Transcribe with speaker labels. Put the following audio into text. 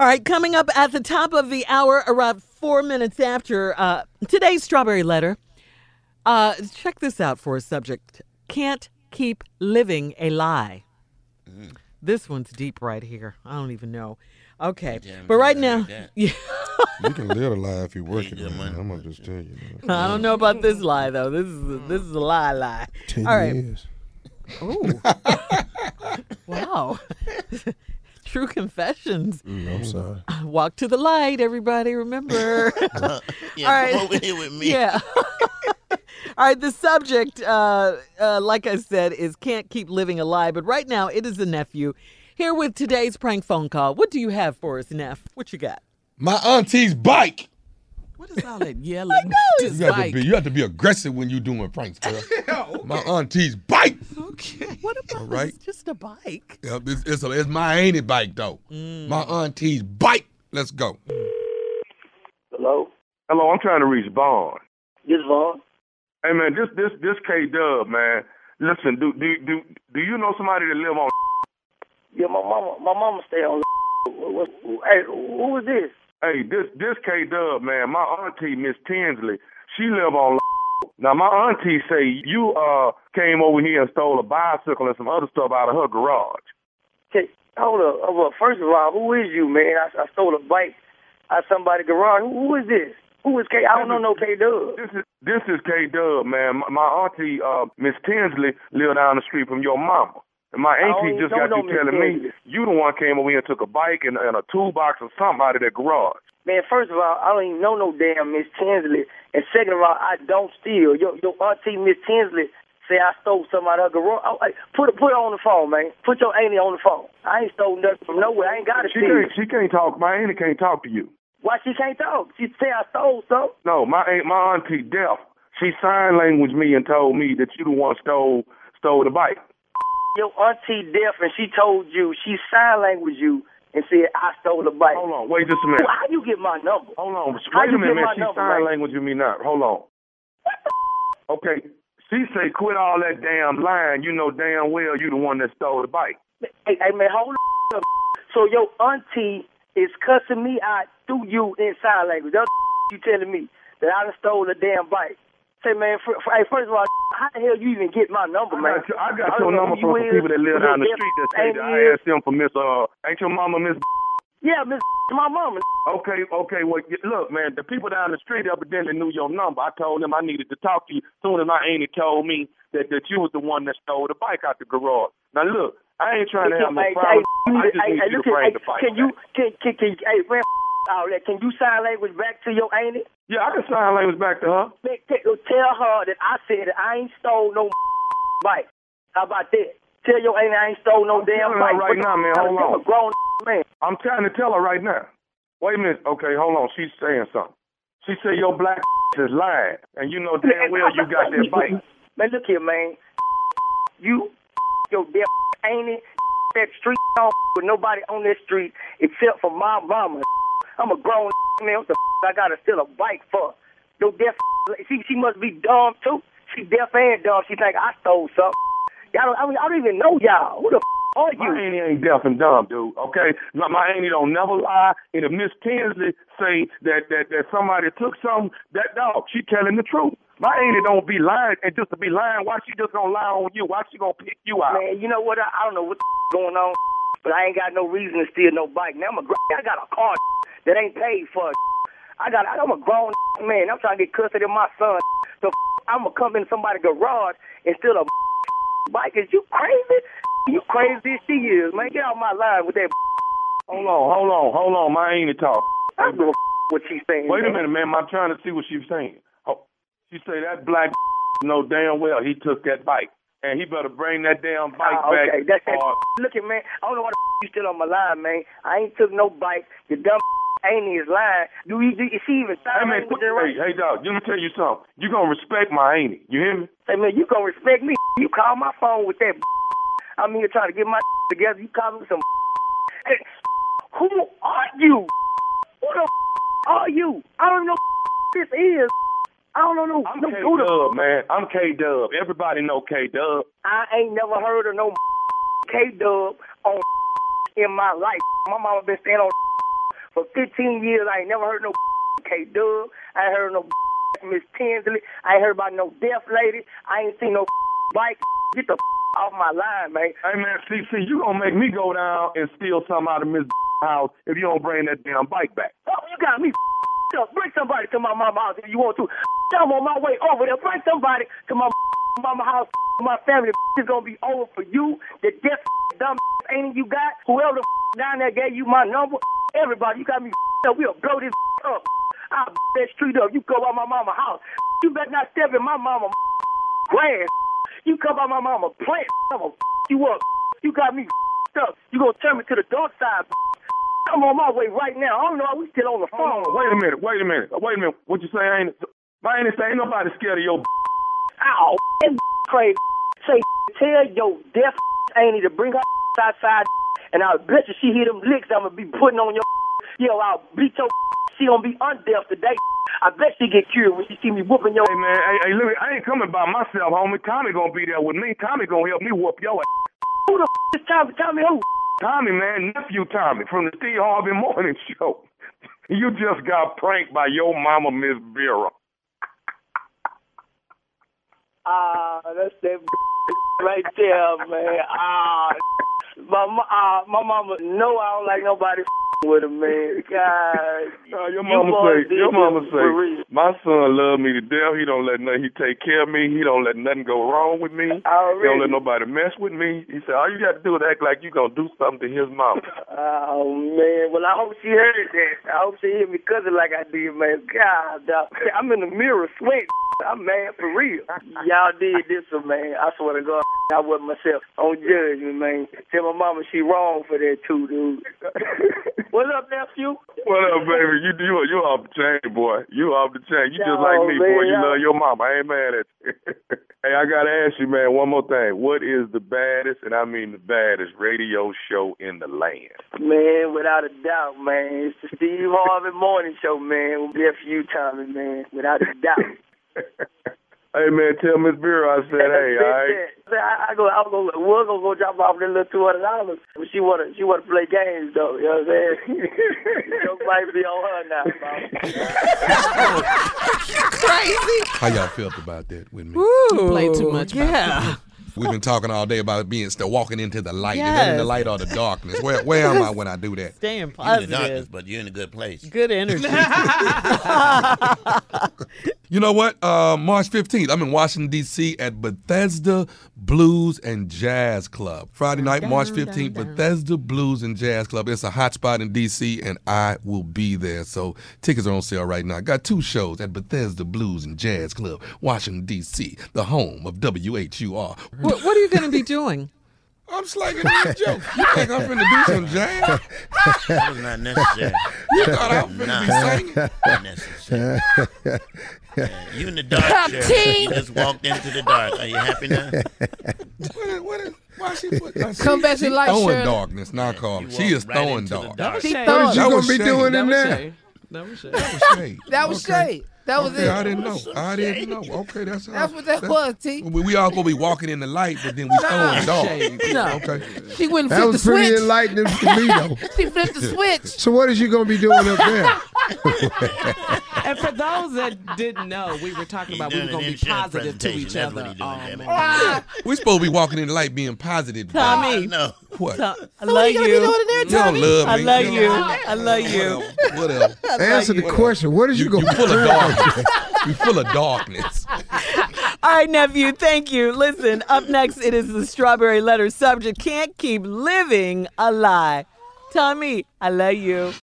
Speaker 1: All right, coming up at the top of the hour, around four minutes after uh, today's strawberry letter. Uh, check this out for a subject. Can't keep living a lie. This one's deep right here. I don't even know. Okay,
Speaker 2: Damn,
Speaker 1: but right
Speaker 2: I
Speaker 1: now,
Speaker 2: heard that.
Speaker 1: yeah,
Speaker 3: You can live a lie if you work it.
Speaker 2: Yeah,
Speaker 3: Man.
Speaker 2: man.
Speaker 3: I'm gonna just tell you. Man.
Speaker 1: I don't know about this lie though. This is a, this is a lie lie.
Speaker 3: Ten
Speaker 1: All right.
Speaker 3: years.
Speaker 1: Oh, wow. True confessions.
Speaker 3: Mm, I'm sorry.
Speaker 1: Walk to the light, everybody. Remember.
Speaker 2: Yeah,
Speaker 1: All right.
Speaker 2: come over here with me.
Speaker 1: Yeah. All right, the subject, uh, uh, like I said, is can't keep living a lie, but right now it is the nephew here with today's prank phone call. What do you have for us, Neff? What you got?
Speaker 3: My auntie's bike.
Speaker 4: What is all that yelling?
Speaker 3: You
Speaker 4: This
Speaker 3: got
Speaker 4: bike.
Speaker 3: to be. You have to be aggressive when you doing pranks, girl. My auntie's bike.
Speaker 4: Okay.
Speaker 1: What about
Speaker 3: All right.
Speaker 1: it's just a bike?
Speaker 3: Yep, it's, it's, a, it's my auntie bike though.
Speaker 1: Mm.
Speaker 3: My auntie's bike. Let's go.
Speaker 5: Hello,
Speaker 6: Hello, I'm trying to reach Bond.
Speaker 5: this is Vaughn.
Speaker 6: Hey man, this this this K Dub man. Listen, do do do do you know somebody that live on?
Speaker 5: Yeah, my mama, my mama stay on. What, what, hey, who is this?
Speaker 6: Hey, this this K Dub man. My auntie Miss Tinsley, she live on. Now my auntie say you uh came over here and stole a bicycle and some other stuff out of her garage.
Speaker 5: Okay, hold up. Uh, Well, first of all, who is you, man? I, I stole a bike out somebody's garage. Who, who is this? Who is K? I don't know no K Dub.
Speaker 6: This is this is K Dub man. My, my auntie uh Miss Tinsley live down the street from your mama. And my auntie
Speaker 5: don't
Speaker 6: just
Speaker 5: even
Speaker 6: got you
Speaker 5: know Miss
Speaker 6: telling me
Speaker 5: Tinsley.
Speaker 6: you the one came over here and took a bike and, and a toolbox or something out of that garage.
Speaker 5: Man, first of all, I don't even know no damn Miss Tinsley. And second of all, I don't steal. Your your auntie Miss Tinsley say I stole some out of her garage. Oh, hey, put put her on the phone, man. Put your auntie on the phone. I ain't stole nothing from nowhere. I ain't got to
Speaker 6: She
Speaker 5: steal.
Speaker 6: can't. She can't talk. My auntie can't talk to you.
Speaker 5: Why she can't talk? She say I stole something.
Speaker 6: No, my aunt, my auntie deaf. She sign language me and told me that you the one stole stole the bike.
Speaker 5: Your auntie deaf and she told you, she sign language you and said, I stole the bike.
Speaker 6: Hold on, wait just a minute.
Speaker 5: How you get my number?
Speaker 6: Hold on,
Speaker 5: How
Speaker 6: wait a
Speaker 5: you
Speaker 6: minute,
Speaker 5: get
Speaker 6: man.
Speaker 5: my
Speaker 6: She
Speaker 5: number,
Speaker 6: sign
Speaker 5: Mike?
Speaker 6: language with me now. Hold on. Okay, she say quit all that damn lying. You know damn well you the one that stole the bike.
Speaker 5: Hey, hey man, hold up. So your auntie is cussing me out through you in sign language. That's you telling me that I done stole a damn bike. Say, man, for, for, hey, first of all, how the hell you even get my number,
Speaker 6: I
Speaker 5: man?
Speaker 6: got, your- I got
Speaker 5: I
Speaker 6: your
Speaker 5: don't know
Speaker 6: number
Speaker 5: who
Speaker 6: from
Speaker 5: you
Speaker 6: some people
Speaker 5: is,
Speaker 6: that live
Speaker 5: who
Speaker 6: down the
Speaker 5: your
Speaker 6: street that
Speaker 5: deaf
Speaker 6: say
Speaker 5: auntie
Speaker 6: that
Speaker 5: is.
Speaker 6: I asked them for Miss uh ain't your mama Miss
Speaker 5: Yeah, Miss my mama.
Speaker 6: Okay, okay. Well, y- look, man, the people down the street evidently knew your number. I told them I needed to talk to you. Soon as my auntie told me that, that you was the one that stole the bike out the garage. Now, look, I ain't trying to have no
Speaker 5: Hey,
Speaker 6: problem.
Speaker 5: hey,
Speaker 6: I just
Speaker 5: hey,
Speaker 6: need you
Speaker 5: hey,
Speaker 6: to
Speaker 5: listen,
Speaker 6: bring
Speaker 5: hey,
Speaker 6: the bike
Speaker 5: Can you
Speaker 6: back.
Speaker 5: can can, can hey man, all that? Can you sign language back to your auntie?
Speaker 6: Yeah, I can sign language back to her.
Speaker 5: Man, t- Tell her that I said that I ain't stole no bike. How about that? Tell your auntie I ain't stole no damn
Speaker 6: telling her
Speaker 5: bike.
Speaker 6: right
Speaker 5: What
Speaker 6: now, man,
Speaker 5: the-
Speaker 6: hold
Speaker 5: I'm
Speaker 6: on.
Speaker 5: a grown man.
Speaker 6: I'm trying to tell her right now. Wait a minute. Okay, hold on. She's saying something. She said your black is lying, and you know damn well you got that bike.
Speaker 5: Man, look here, man. You, your damn auntie, that street don't with nobody on that street except for my mama. I'm a grown man. What the I gotta steal a bike for? Your deaf. She she must be dumb too. She deaf and dumb. She think I stole something. Y'all don't, I, mean, I don't even know y'all. Who the
Speaker 6: My
Speaker 5: are you?
Speaker 6: auntie ain't deaf and dumb, dude. Okay, my, my auntie don't never lie. And if Miss Tinsley say that that that somebody took something, that dog, she telling the truth. My auntie don't be lying, and just to be lying, why she just gonna lie on you? Why she gonna pick you out?
Speaker 5: Man, you know what? I, I don't know what's going on, but I ain't got no reason to steal no bike. Now I'm a gr- I got a car that ain't paid for. I got I'm a grown man. I'm trying to get custody of my son. So I'm gonna come in somebody's garage and steal a bike. Is you crazy? You crazy as she is, man. Get out my line with that.
Speaker 6: Hold on, hold on, hold on. My auntie talk.
Speaker 5: I don't give a what she's saying.
Speaker 6: Wait a
Speaker 5: man.
Speaker 6: minute, man. I'm trying to see what she's saying. Oh, she say that black know damn well he took that bike, and he better bring that damn bike
Speaker 5: Ah,
Speaker 6: back.
Speaker 5: okay, that's that.
Speaker 6: or-
Speaker 5: Look at man. I don't know why the you still on my line, man. I ain't took no bike. The dumb ain't is lying. Do you? Do, is she even
Speaker 6: Hey
Speaker 5: sign
Speaker 6: man,
Speaker 5: language
Speaker 6: hey,
Speaker 5: and right?
Speaker 6: hey dog, let me tell you something. You gonna respect my auntie. You hear me?
Speaker 5: Hey man, you gonna respect me? You call my phone with that? I'm here trying to get my together. You call me some? Hey, who are you? Who the are you? I don't know who this is. I don't know no,
Speaker 6: I'm
Speaker 5: no
Speaker 6: K
Speaker 5: who the.
Speaker 6: Dub, man. I'm K Dub. Everybody know K Dub.
Speaker 5: I ain't never heard of no K Dub on in my life. My mama been staying on For 15 years, I ain't never heard no K Dub. I ain't heard no Miss Tinsley. I ain't heard about no deaf lady. I ain't seen no bike. Get the off my line, man.
Speaker 6: Hey man, CC, you gonna make me go down and steal something out of Miss house if you don't bring that damn bike back.
Speaker 5: Oh, you got me up. Bring somebody to my mama house if you want to. I'm on my way over there. Bring somebody to my mama house. My family is gonna be over for you. The deaf dumb ain't you got. Whoever the down there gave you my number. Everybody, you got me up. We'll blow this up. I'll that street up. You go by my mama house. You better not step in my mama grass. You come by my mama plant. I'ma you up. You got me up. You gonna turn me to the dark side. I'm on my way right now. I don't know. why We still on the phone.
Speaker 6: Hold on, wait a minute, wait a minute, wait a minute. What you say ain't my ain't say ain't nobody scared of your
Speaker 5: Ow, and crazy. Say, tell your deaf Annie to bring her outside, and I'll bet you she hear them licks I'm gonna be putting on your. Yo, I'll beat your. She gonna be undeaf today. I bet she get cured when she see me whooping your.
Speaker 6: Hey man, hey, hey look, I ain't coming by myself, homie. Tommy gonna be there with me. Tommy gonna help me whoop your ass.
Speaker 5: Who the f- is Tommy? Tommy who?
Speaker 6: Tommy, man, nephew Tommy from the Steve Harvey Morning Show. you just got pranked by your mama, Miss Vera.
Speaker 5: Ah, that's that right there, man. Ah, my ma- ah, my mama. No, I don't like nobody with him, man. God,
Speaker 6: Uh, your
Speaker 5: You
Speaker 6: mama
Speaker 5: boys
Speaker 6: say,
Speaker 5: did
Speaker 6: your
Speaker 5: this
Speaker 6: mama
Speaker 5: for real.
Speaker 6: say, my son love me to death. He don't let nothing. He take care of me. He don't let nothing go wrong with me. He don't
Speaker 5: already.
Speaker 6: let nobody mess with me. He said, all you got to do is act like you gonna do something to his mama.
Speaker 5: Oh man, well I hope she heard that. I hope she hear me cousin like I did, man. God, dog. I'm in the mirror sweating. I'm mad for real. Y'all did this, for man. I swear to God, I wasn't myself. Don't judge me, man. Tell my mama she wrong for that too, dude. What's up, nephew?
Speaker 6: what up, baby? You you you off the chain, boy. You off the chain. You just
Speaker 5: No,
Speaker 6: like me, boy. You
Speaker 5: man.
Speaker 6: love your mama. I ain't mad at you. hey, I gotta ask you, man, one more thing. What is the baddest, and I mean the baddest, radio show in the land?
Speaker 5: Man, without a doubt, man. It's the Steve Harvey Morning Show, man. With nephew Tommy, man. Without a doubt.
Speaker 6: hey, man, tell Miss Vera I said, hey, all right.
Speaker 5: I, I, I go, I go, we're gonna go drop off that little two hundred dollars. But she wanna, she wanna play games though. You know what I'm saying? The joke might be on her now. Mama.
Speaker 1: Crazy.
Speaker 3: How y'all felt about that with me?
Speaker 1: Ooh,
Speaker 4: You played too much, Bobby.
Speaker 1: Yeah.
Speaker 3: We've been talking all day about being still walking into the light, and
Speaker 1: Yes.
Speaker 3: in the light or the darkness. Where where am I when I do that?
Speaker 1: Staying
Speaker 2: You're in the darkness,
Speaker 1: positive.
Speaker 2: but you're in a good place.
Speaker 1: Good energy.
Speaker 3: You know what? Uh, March 15th, I'm in Washington, D.C. at Bethesda Blues and Jazz Club. Friday night, March 15th, Bethesda Blues and Jazz Club. It's a hot spot in D.C., and I will be there. So tickets are on sale right now. I got two shows at Bethesda Blues and Jazz Club, Washington, D.C., the home of WHUR.
Speaker 1: what, what are you going to be doing?
Speaker 3: I'm slanging these jokes. You think I'm finna do some jazz?
Speaker 2: That was not necessary.
Speaker 3: You thought I was finna be
Speaker 2: Nah.
Speaker 3: singing?
Speaker 2: Not necessary. Yeah, you in the dark, Shirley. You just walked into the dark. Are you happy now?
Speaker 3: What is, what is, why she put, now,
Speaker 7: Come
Speaker 3: she-
Speaker 7: back to
Speaker 3: she
Speaker 7: life,
Speaker 3: throwing
Speaker 7: Shirley.
Speaker 3: darkness, not Carl.
Speaker 2: You
Speaker 3: She is
Speaker 2: walked right
Speaker 3: throwing
Speaker 2: into the
Speaker 3: dark.
Speaker 2: dark.
Speaker 7: She
Speaker 4: That
Speaker 7: thought
Speaker 3: That
Speaker 7: it.
Speaker 3: was
Speaker 8: gonna be
Speaker 3: shade.
Speaker 8: doing
Speaker 4: That
Speaker 8: in
Speaker 4: was
Speaker 8: there?
Speaker 4: shade. That was shade.
Speaker 3: That was shade.
Speaker 7: That was
Speaker 3: Okay.
Speaker 7: shade. That was
Speaker 3: Okay, I
Speaker 7: it.
Speaker 3: didn't know. I didn't know. Okay, that's how.
Speaker 7: That's what that was, T.
Speaker 3: We, we all gonna be walking in the light, but then we throwing dark.
Speaker 7: No.
Speaker 3: Okay.
Speaker 7: She went and
Speaker 8: That
Speaker 7: flipped the
Speaker 8: was pretty
Speaker 7: switch.
Speaker 8: enlightening to me, though.
Speaker 7: she flipped the switch.
Speaker 8: So what is you gonna be doing up there?
Speaker 4: And for those that didn't know, we were talking
Speaker 2: He
Speaker 4: about we
Speaker 2: doing
Speaker 4: were
Speaker 2: an
Speaker 4: going to be
Speaker 2: insurance
Speaker 4: positive to each
Speaker 2: presentation.
Speaker 4: other. Oh,
Speaker 2: That's what he
Speaker 4: all
Speaker 2: doing, damn it.
Speaker 4: morning.
Speaker 3: We supposed to be walking in the light, being positive. but
Speaker 1: Tommy.
Speaker 2: No.
Speaker 3: What?
Speaker 1: To- I
Speaker 7: What are
Speaker 1: love
Speaker 7: you gonna be doing
Speaker 1: you.
Speaker 7: in there,
Speaker 3: you don't
Speaker 7: Tommy?
Speaker 3: love me.
Speaker 1: I love
Speaker 3: don't-
Speaker 1: you. I love you.
Speaker 3: Whatever. whatever.
Speaker 8: Answer the question. What is you,
Speaker 3: You,
Speaker 8: gonna
Speaker 3: you
Speaker 8: be
Speaker 3: full
Speaker 8: doing?
Speaker 3: of darkness. You full of darkness.
Speaker 1: All right, nephew, thank you. Listen, up next, it is the strawberry letter subject. Can't keep living a lie. Tommy, I love you.